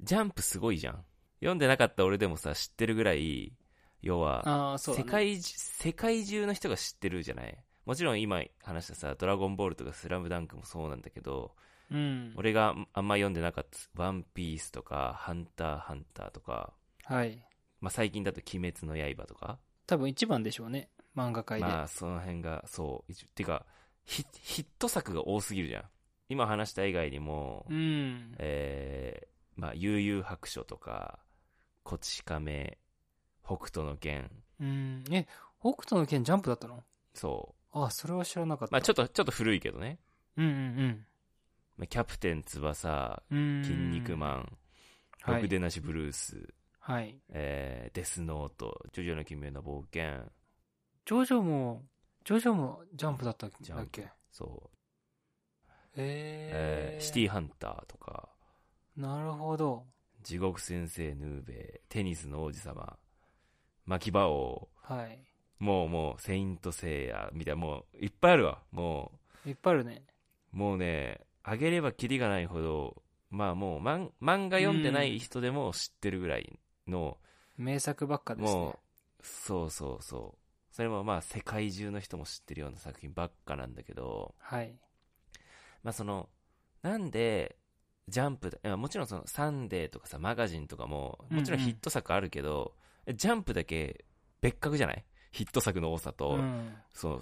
ジャンプすごいじゃん。読んでなかった俺でもさ、知ってるぐらい、要は、ああ、そうだ、世ね。界じ、世界中の人が知ってるじゃない。もちろん今話したさ、ドラゴンボールとかスラムダンクもそうなんだけど、うん。俺があんま読んでなかった、ワンピースとか、ハンターハンターとか、はい。まあ最近だと鬼滅の刃とか、多分一番でしょうね。漫画界で。まあその辺が、そう、一てかヒ、ヒット作が多すぎるじゃん。今話した以外にも、うん。えー、まあ、悠々白書とか、こち亀、北斗の剣、うん。え、北斗の剣ジャンプだったのそああ、それは知らなかっう。た。まあちょっと、ちょっと古いけどね。うんうんまあキャプテン翼、うん。うん。筋肉マン、はいろくでなしブルース、はい。えーデスノート、ジョジョの奇妙な冒険、ジョジョも、ジョジョもジャンプだったっジャンプけそう、ええー、ーシティハンターとか、なるほど。地獄先生ヌーベイ、テニスの王子様、巻き場王、はい。もうもう、セイントセイヤ、みたいな、もう、いっぱいあるわ。もいっぱいあるね。う、もうね、あげればキリがないほど、まあもう、漫漫画読んでない人でも知ってるぐらいの、名作ばっかですね。もう、そうそうそう。それもまあ、世界中の人も知ってるような作品ばっかなんだけど、はい。まあその、なんで、ジャンプだ、いやもちろんその、サンデーとかさ、マガジンとかも、もちろんうんうヒんット作あるけど、ジャンプだけ別格じゃないヒット作の多さうと、ん。その、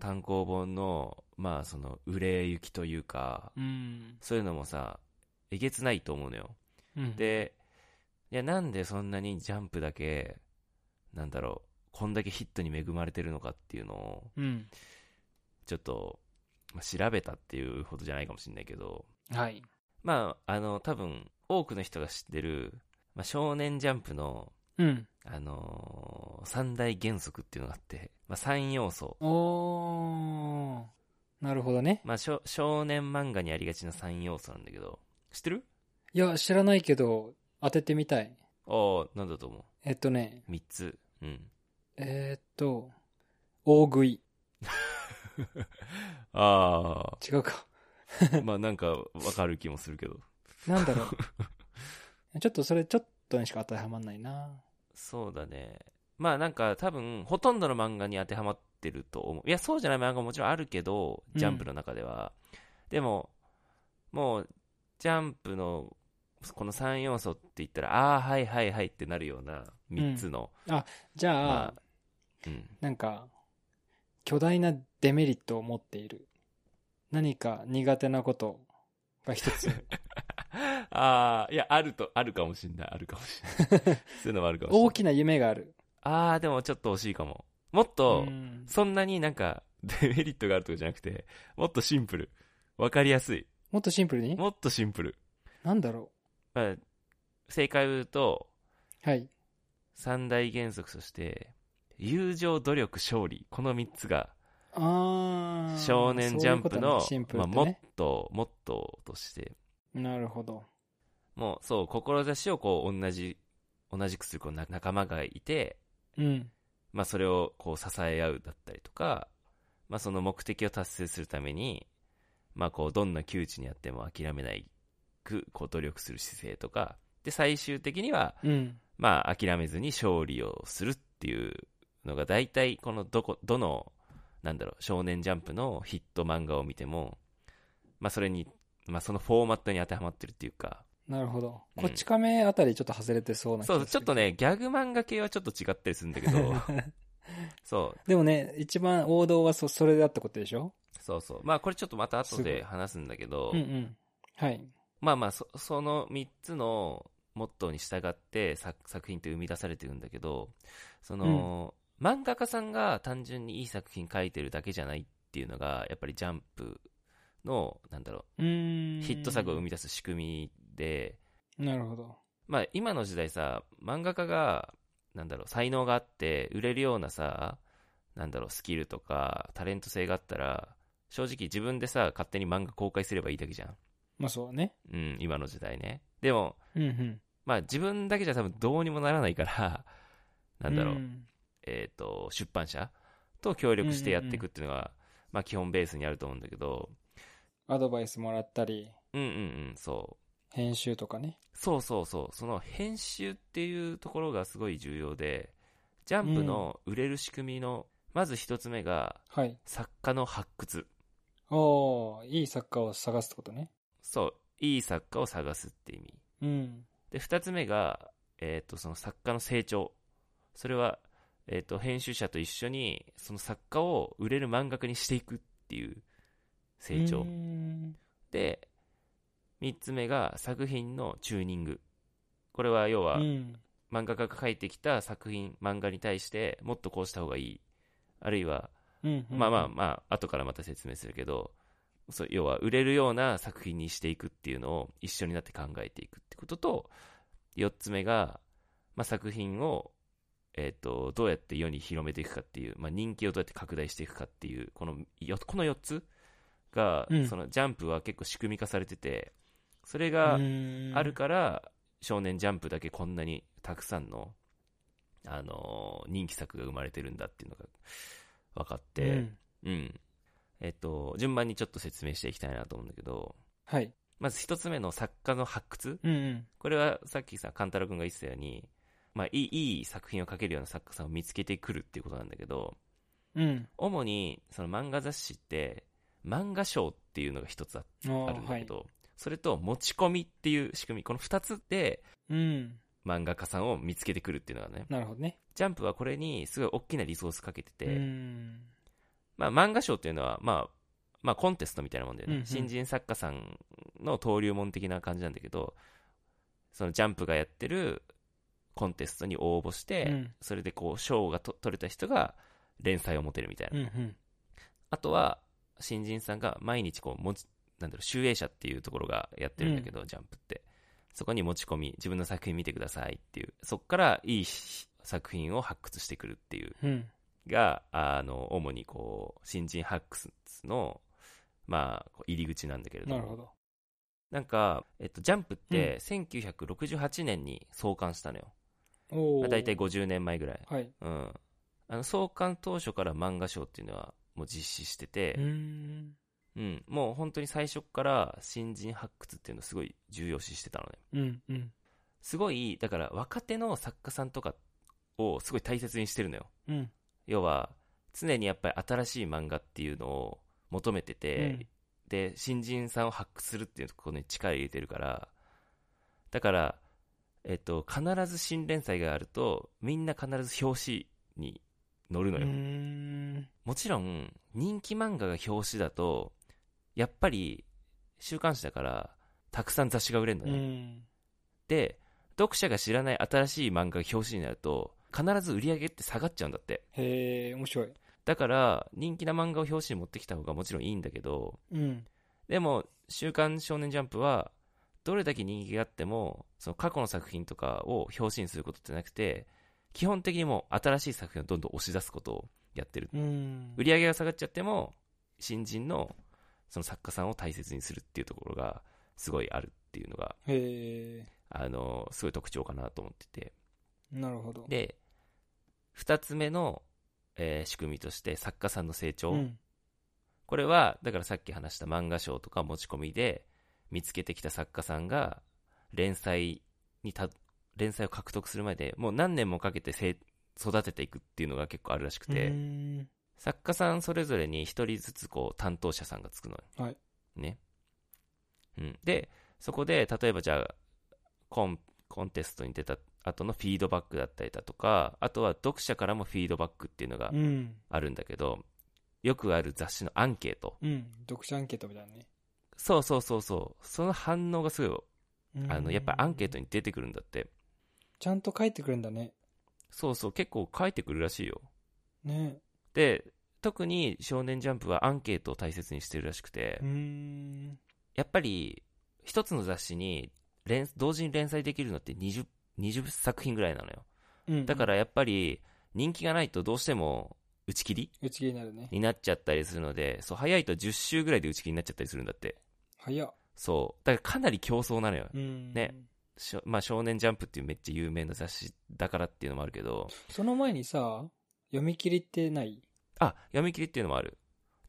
単行本の、まあその、売れ行きというか、うん。そういうのもさ、えげつないと思うのよ。うん、で、いや、なんでそんなにジャンプだけ、なんだろう、こんだけヒットに恵まれてるのかっていうのを、うん。ちょっと、まあ、調べたっていうほどじゃないかもしれないけど、はい。まあ、あの、多分、多くの人が知ってる、まあ、少年ジャンプの、うん。あのー三大原則っていうのがあって、まあ、三要素。おー。なるほどね。まあ、少少年漫画にありがちな三要素なんだけど、知ってるいや、知らないけど、当ててみたい。ああ、なんだと思えっとね、う。三つ。うん。えー、っと、大食い。あ違 うか。あ、まあ、なんか、わかる気もするけど。なんだろう。ちょっとそれちょっとにしか当てはまんないな。そうだね。まあ、なんか、多分、ほとんどの漫画に当てはまってると思う。いや、そうじゃない漫画ももちろんあるけど、うんジャンプの中では。でも、もう、ジャンプの、この3要素って言ったら、ああ、はいはいはいってなるような3つの、じゃあ、まあうん、 なんか、巨大なデメリットを持っている。何か苦手なことが 一つ。ああ、いや、あると、あるかもしんない、あるかもしんない。 そういうのもあるかもしん大ない。きな夢がある。ああ、でもちょっと惜しいかも。もっとう、んそんなになんか、 デメリットがあるとかじゃなくて、もっとシンプル。わかりやすい。もっとシンプルにもっとシンプル。なんだろまあ、正解を言うと、う。はい。三大原則として、友情、努力、勝利。この三つが、あー少年ジャンプの、そういうことねシンプルまっあ、てモッね。トー、モットーとして、なるほど。もう、そう、志をこう、同じ、同じくするこうな仲間がいて、うん。まあ、それをこう、支え合うだったりとか、まあ、その目的を達成するために、まあ、こう、どんな窮地にあっても諦めないく、こう、努力する姿勢とか、で、最終的には、うん。まあ、諦めずに勝利をするっていうのが、大体、このどこ、どの、なんだろう、少年ジャンプのヒット漫画を見ても、まあ、それに、まあ、そのフォーマットに当てはまってるっていうか、なるほど。うんこっち亀あたりちょっと外れてそうな気がそすう、るちょっと。ね、ギャグ漫画系はちょっと違ったりするんだけ ど、そう、でもね、一番王道はそそれだってことでしょそうそう。まあ、これちょっとまた後すごいで話すんだけどうん、うん。はい。まあまあ、そその3つのモットーに従って作作品って生み出されてるんだけど、その、漫画家さんが単純にいい作品書いてるだけじゃないっていうのが、やっぱりジャンプの、なんだろうーう、ん。ヒット作を生み出す仕組みで、なるほど。まあ今の時代さ、漫画家が、なんだろう、才能があって、売れるようなさ、なんだろう、スキルとか、タレント性があったら、正直自分でさ、勝手に漫画公開すればいいだけじゃん。まあそうね。うん、今の時代ね。でも、うんうん。まあ自分だけじゃ多分どうにもならないから、 なんだろう、んえっ、と、出版社と協力してやっていくっていうのが、まあ基本ベースにあると思うんだけど、アドバイスもらったり、うんうんうん、そ編集とかね。そうそうそう、その編集っていうところがすごい重要で、ジャンプの売れる仕組みの、まず一つ目が、はい。作家の発掘。おー、いい作家を探すってことね。そう、いい作家を探すって意味。うん。で、二つ目が、えっ、と、その作家の成長。それは、えっ、と、編集者と一緒に、その作家を売れる漫画家にしていくっていう成長。うーんで、三つ目が作品のチューニング。これは要は、うん。漫画家が書いてきた作品、漫画に対してもっとこうした方がいい。あるいは、うん。うんまあまあまあ、後からまた説明するけど、そう要は売れるような作品にしていくっていうのを一緒になって考えていくってことと、4つ目が、まあ、作品を、えー、とどうやって世に広めていくかっていう、まあ、人気をどうやって拡大していくかっていう、このよこの4つが、うんそのジャンプは結構仕組み化されてて、それうが、ーんある。から、少年ジャンプだけこんなにたくさんの、あのー人気作が生まれてるんだっていうのが分かっうて、ん。うん。えっと、順番にちょっと説明していきたいなと思うんだけど、はい。まず一つ目の作家の発掘。うんうん。これはさっきさ、勘太郎くんが言ってたように、まあ、いい、いい作品を書けるような作家さんを見つけてくるっていうことなんだけど、うん。主に、その漫画雑誌って、漫画賞っていうのが一つああーあるんだはけいど、。それと持ち込みっていう仕組み、この二つでうん。漫画家さんを見つけてくるっていうのがね、なるほどね。ジャンプはこれにすごい大きなリソースかけてて、うん。まあ、漫画賞っていうのは、まあ、まあ、コンテストみたいなもんだよね、うんうん新人作家さんの登竜門的な感じなんだけど、そのジャンプがやってるコンテストに応募して、うんそれでこう、賞がと取れた人が連載を持てるみたいな。うんうん。あとは、新人さんが毎日こう、持ち、なんだろう、集英社っていうところがやってるんだけど、ジャンプって。そこに持ち込み、自分の作品見てくださいっていう、そこからいい作品を発掘してくるっていううん。が、あの、主にこう、新人ハックスの、まあ、こう入り口なんだけれども。なるほど。なんか、えっと、ジャンプって、1968年に創刊したのよ。おまお。あ、大体50年前ぐらい。はい。うん。あの、創刊当初から漫画賞っていうのは、もう実施してうーて、ん。うん。もう本当に最初から新人発掘っていうのをすごい重要視してたのね。うんうん。すごい、だから若手の作家さんとかをすごい大切にしてるのよ。うん。要は常にやっぱり新しい漫画っていうのを求めてて、うんで新人さんを発掘するっていうところに力入れてるからだから、えっと、必ず新連載があるとみんな必ず表紙に載るうのーよ、ん。もちろん人気漫画が表紙だとやっぱり週刊誌だからたくさん雑誌が売れるのうね、ん。で読者が知らない新しい漫画が表紙になると必ず売り上げって下がっちゃうんだってへえ、面白い。だから、人気な漫画を表紙に持ってきた方がもちろんいいんだけど、うん。でも、週刊少年ジャンプは、どれだけ人気があっても、その過去の作品とかを表紙にすることってなくて、基本的にもう新しい作品をどんどん押し出すことをやってる。うん。売り上げが下がっちゃっても、新人のその作家さんを大切にするっていうところが、すごいあるっていうのが、へえ、あの、すごい特徴かなと思ってて。なるほど。で、二つ目の、えー仕組みとして、作家さんの成長。うん。これは、だからさっき話した漫画賞とか持ち込みで、見つけてきた作家さんが、連載にた、連載を獲得する前で、もう何年もかけてせい育てていくっていうのが結構あるらしくて、うん作家さんそれぞれに一人ずつこう担当者さんがつくのよ。はいね。うん。で、そこで、例えばじゃあ、コン、コンテストに出た後のフィードバックだったりだとか、あとは読者からもフィードバックっていうのがうん。あるんだけど、よくある雑誌のアンケート。うん。読者アンケートみたいなね。そうそうそうそう。その反応がすごい、あの、やっぱアンケートに。に出てくるんだって。ちゃんと書いてくれるんだね。そうそう、結構書いてくるらしいよ。ね。で、特に少年ジャンプはアンケートを大切にしてるらしくて、うん。やっぱり、一つの雑誌に連、同時に連載できるのって20、20作品ぐらいなのよ。うん。。だかららやっぱり、人気がないとどうしても打ち切り打ち切りになるね。になっちゃったりするので、そう、早いと10週ぐらいで打ち切りになっちゃったりするんだって。早っ。そう。だからかなり競争なのよ。うん。ね。しょまあ、少年ジャンプっていうめっちゃ有名な雑誌だからっていうのもあるけど、その前にさ、読み切りってないあ、読み切りっていうのもある。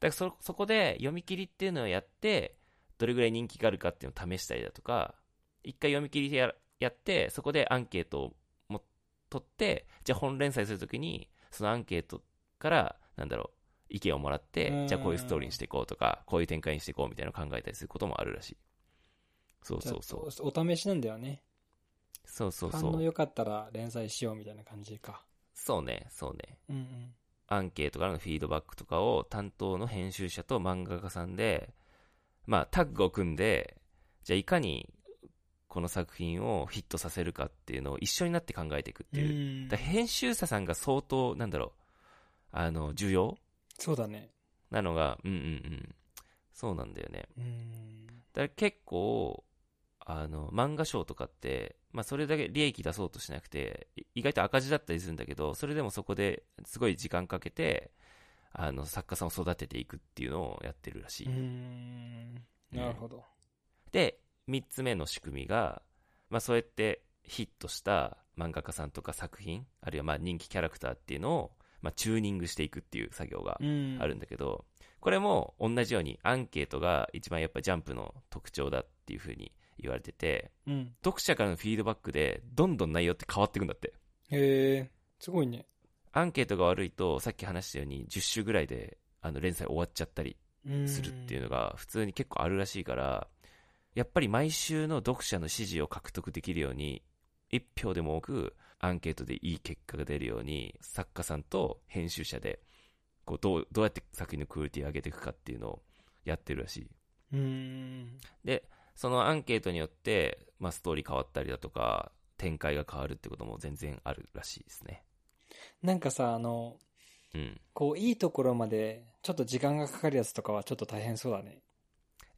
だからそ、そこで読み切りっていうのをやって、どれぐらい人気があるかっていうのを試したりだとか、一回読み切りややって、そこでアンケートをも取って、じゃあ本連載するときに、そのアンケートから、なんだろう、意見をもらっうてん、じゃあこういうストーリーにしていこうとか、こういう展開にしていこうみたいなのを考えたりすることもあるらしい。そうそうそう。じゃあおお試しなんだよね。そうそう反そ応う。良かったら連載しようみたいな感じか。そうね、そうね。うんうん。アンケートからのフィードバックとかを担当の編集者と漫画家さんで、まあ、タッグを組んでじゃあいかにこの作品をヒットさせるかっていうのを一緒になって考えていくっていう、うんだから編集者さんが相当なんだろうあの重要そうだね。なのがうんうんうんそうなんだよねうん。だから結構あの漫画賞とかって、まあ、それだけ利益出そうとしなくてい意外と赤字だったりするんだけどそれでもそこですごい時間かけてあの作家さんを育てていくっていうのをやってるらしい、うん。なるほど。で3つ目の仕組みが、まあ、そうやってヒットした漫画家さんとか作品あるいはまあ人気キャラクターっていうのを、まあ、チューニングしていくっていう作業がうん。あるんだけど、これも同じようにアンケートが一番やっぱジャンプの特徴だっていうふうに言われてて、うん。読者からのフィードバックでどんどん内容って変わっていくんだって。へえ、すごいね。アンケートが悪いと、さっき話したように10週ぐらいであの連載終わっちゃったりするっていうのが普通に結構あるらしいから、やっぱり毎週の読者の支持を獲得できるように、1票でも多くアンケートでいい結果が出るように、作家さんと編集者で、こうどう、どうやって作品のクオリティを上げていくかっていうのをやってるらしい。うん。うん。で、そのアンケートによって、まあ、ストーリー変わったりだとか、展開が変わるってことも全然あるらしいですね。なんかさ、あの、うん。こう、いいところまで、ちょっと時間がかかるやつとかはちょっと大変そうだね。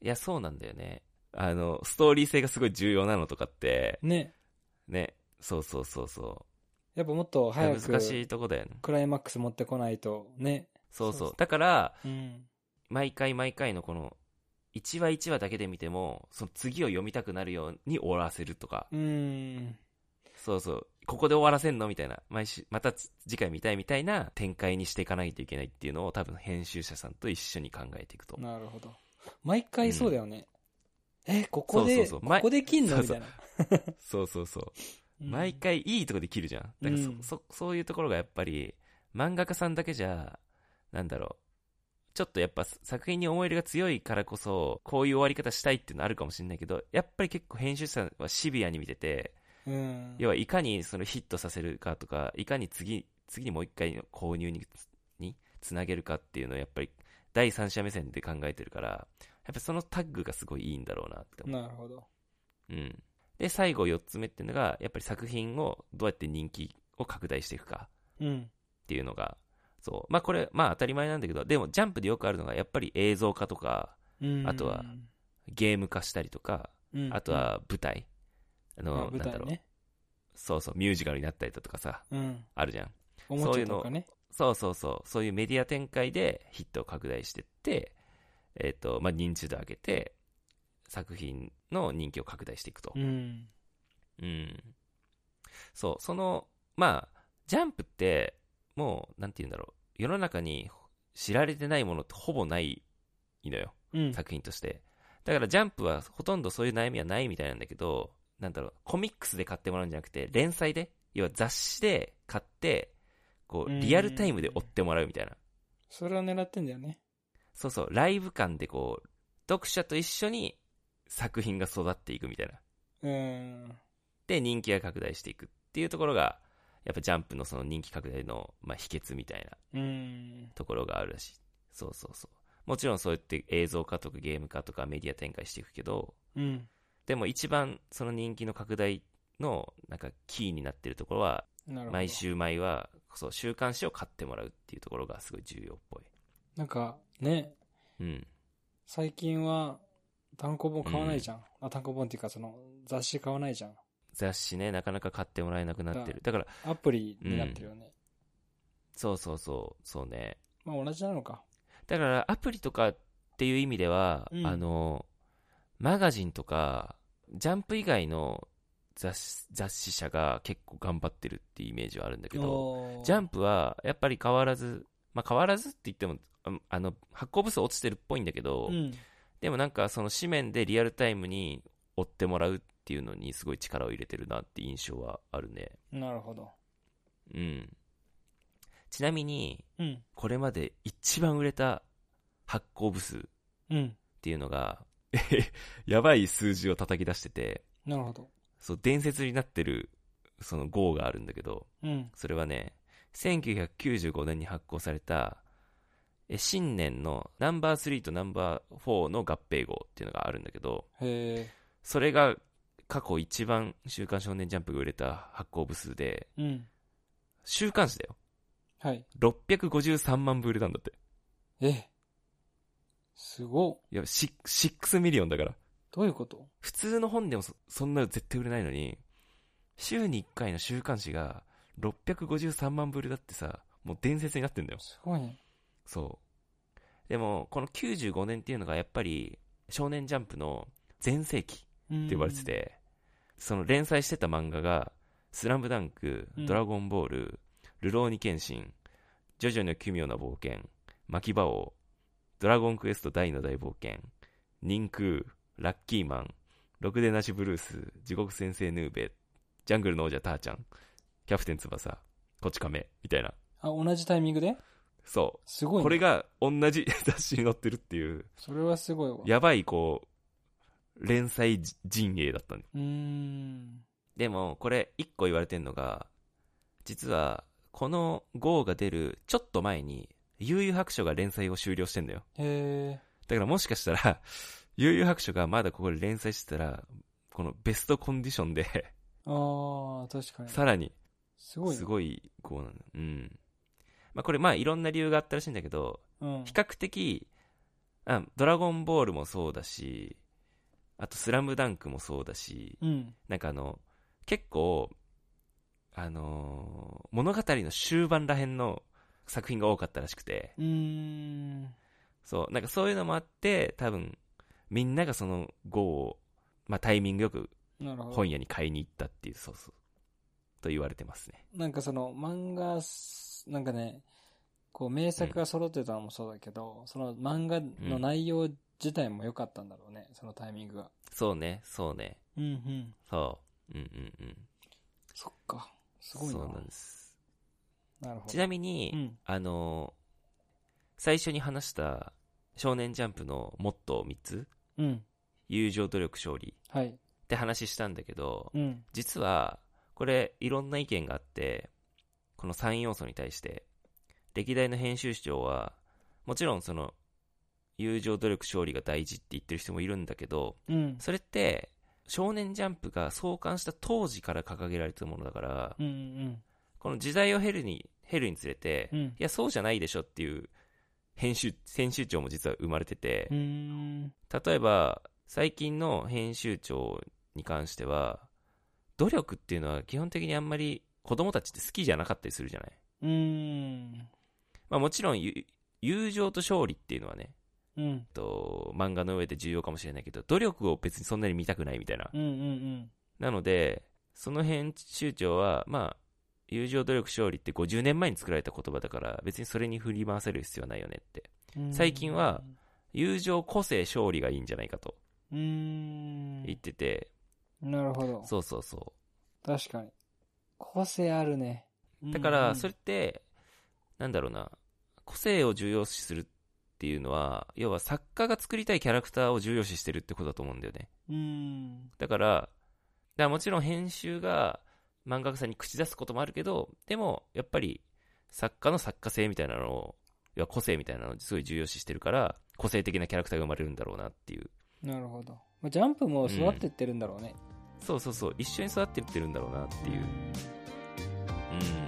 いや、そうなんだよね。あの、ストーリー性がすごい重要なのとかって、ね。ね、そうそうそうそやっぱもっとう。いや早く難、しいとこだよね。クライマックス持ってこないと、ね。そうそそうそうう。だから、うん。毎回毎回のこの、1話1話だけで見ても、その次を読みたくなるように終わらせるとか、うん。そうそう、ここで終わらせんのみたいな、毎週、またつ次回見たいみたいな展開にしていかないといけないっていうのを多分編集者さんと一緒に考えていくと。なるほど。毎回そうだよね。え、ここで、そうそうそうここで切んの前みたいな。そうそうそう。うん毎回いいとこで切るじゃん。だからそ、うんそ、そういうところがやっぱり、漫画家さんだけじゃ、なんだろう。ちょっとやっぱ作品に思い入れが強いからこそ、こういう終わり方したいっていうのあるかもしれないけど、やっぱり結構編集者はシビアに見てて、うん。要はいかにそのヒットさせるかとか、いかに次、次にもう一回の購入につにつなげるかっていうのをやっぱり第三者目線で考えてるから、やっぱそのタッグがすごいいいんだろうなって思うなるほど。うん。で、最後4つ目っていうのが、やっぱり作品をどうやって人気を拡大していくかうん。っていうのが、そう。まあこれ、まあ当たり前なんだけど、でもジャンプでよくあるのが、やっぱり映像化とか、うんあとは、ゲーム化したりとか、うんあと、は舞台。あうんの、まあ舞なんだ台ろう。ね。そうそう、ミュージカルになったりだとかさ、うん。あるじゃん。おもちゃとかね。そうそうそう。そういうメディア展開でヒットを拡大してって、えっ、と、まあ認知度を上げて、作品の人気を拡大していくと。うん。うん。そう、その、まあ、ジャンプって、もう、なんて言うんだろう。世の中に知られてないものってほぼないのよ。うん。作品として。だから、ジャンプはほとんどそういう悩みはないみたいなんだけど、なんだろう、コミックスで買ってもらうんじゃなくて、連載で、要は雑誌で買って、こう、うんリアルタイムで追ってもらうみたいな。それを狙ってんだよね。そうそう、ライブ感でこう、読者と一緒に作品が育っていくみたいな。うん。で人気が拡大していくっていうところがやっぱジャンプのその人気拡大の、まあ、秘訣みたいなうん。ところがあるらしいそうそうそうもちろんそうやって映像化とかゲーム化とかメディア展開していくけどうん。でも一番その人気の拡大のなんかキーになってるところはなるほど。毎。週毎はそう週刊誌を買ってもらうっていうところがすごい重要っぽいなんか、ね、うん最近は単行本買わないじゃん。あ、単行本っていうか、その、雑誌買わないじゃん。雑誌ねなかなか買ってもらえなくなってるだからアプリになってるよね。そうそうそうそうねまあ同じなのか。だからアプリとかっていう意味では、うんあのマガジンとかジャンプ以外の雑誌雑誌社が結構頑張ってるっていうイメージはあるんだけどジャンンプはやっぱり変わらず、まあ、変わらずって言ってもああの発行部数落ちてるっぽいんだけど、うん。でもなんかその紙面でリアルタイムに追ってもらうっっていうのにすごい力を入れてるなって印象はあるね。なるほど。うん。ちなみに、うん。これまで一番売れた発行部数っうん。ていうのが、えへへ やばい数字を叩き出してて、なるほど。そう、伝説になってる、その号があるんだけど、うん。それはね、1995年に発行された、え新年のナンバー3とナンバー4の合併号っていうのがあるんだけど、へそれが過去一番週刊少年ジャンプが売れた発行部数で、え。うん。週刊誌だよ。はい。 653万部売れたんだって。え。すごっ。いや、シ6ミリオンだから。どういうこと普通の本でもそそんなの絶対売れないのに、週に1回の週刊誌が653万部売れだってさ、もう伝説になってんだよ。すごいね。そう。でも、この95年っていうのがやっぱり、少年ジャンプの全盛期ってって言われて。て、その連載してた漫画が、スラムダンク、うんドラゴンボール、ルローニケンシン、ジョジョの奇妙な冒険、マキバオ、ドラゴンクエスト大の大冒険、人空、ラッキーマン、ろくでなしブルース、地獄先生ヌーベ、ジャングルの王者ターちゃん、キャプテン翼、こち亀、みたいな。あ、同じタイミングでそう。すごい、ね。これ。が同じ 雑誌に載ってるっていう、それはすごいわ。やばい、こう、連載陣営だったんうーん。でも、これ、一個言われてんのが、実は、この号が出るちょっと前に、悠々白書が連載を終了してんだよ。へえ。だからもしかしたら、 悠々白書がまだここで連載してたら、このベストコンディションで、 ああ、確かに。さらに、すごいね。すごい、こうなんだ。うん。まあこれ、まあいろんな理由があったらしいんだけど、うん。比較的、あ、ドラゴンボールもそうだし、あとスラムダンクもそうだし、うん。なんかあの、結構、あのー物語の終盤らへんの作品が多かったらしくて、うーん。そう、なんかそういうのもあって、多分、みんながその号を、まあ、タイミングよくなるほど。本屋に買いに行ったっていう、そうそう、と言われてますね。なんかその漫画す、なんかね、こう名作が揃ってたのもそうだけど、その漫画の内容自体も良かったんだろうね、そのタイミングが。そうね、そうね、うんうん。そう、うんうんうん。そっか。すごいな。そうなんです。なるほど。ちなみに、うん。あの最初に話した少年ジャンプのモットー3つ、うん。友情、努力、勝利っはい。て話したんだけど、うん。実は、これいろんな意見があって、この3要素に対して、歴代の編集長は、もちろんその、友情、努力、勝利が大事って言ってる人もいるんだけど、うん。それって、少年ジャンプが創刊した当時から掲げられてるものだから、うんうんこの時代を経るに、経るにつれて、うんいや、そうじゃないでしょっていう、編集、編集長も実は生まれてて、うん。うーん。例えば、最近の編集長に関しては、努力っていうのは基本的にあんまり子供たちって好きじゃなかったりするじゃない。うーん。まあもちろん、ゆ友情と勝利っていうのはね、うん。と漫画の上で重要かもしれないけど、努力を別にそんなに見たくないみたいな。うんうんなので、その編集長は、まあ、友情努力勝利って50年前に作られた言葉だから、別にそれに振り回せる必要はないよねって。うん。最近は、友情個性勝利がいいんじゃないかとうーん。言ってて、なるほど。そうそうそ確かに。個性あるね。う。だから、うんそれって、なんだろうな、個性を重要視するっていうのは、要は作家が作りたいキャラクターを重要視してるってことだと思うんだよね。うん。だから、だからもちろん編集が漫画家さんに口出すこともあるけど、でも、やっぱり、作家の作家性みたいなのを、要は個性みたいなのをすごい重要視してるから、個性的なキャラクターが生まれるんだろうなっていう。なるほど。まあジャンプも育ってってるんだろうね。そうそうそう、一緒に育ってってるんだろうなっていう。うん。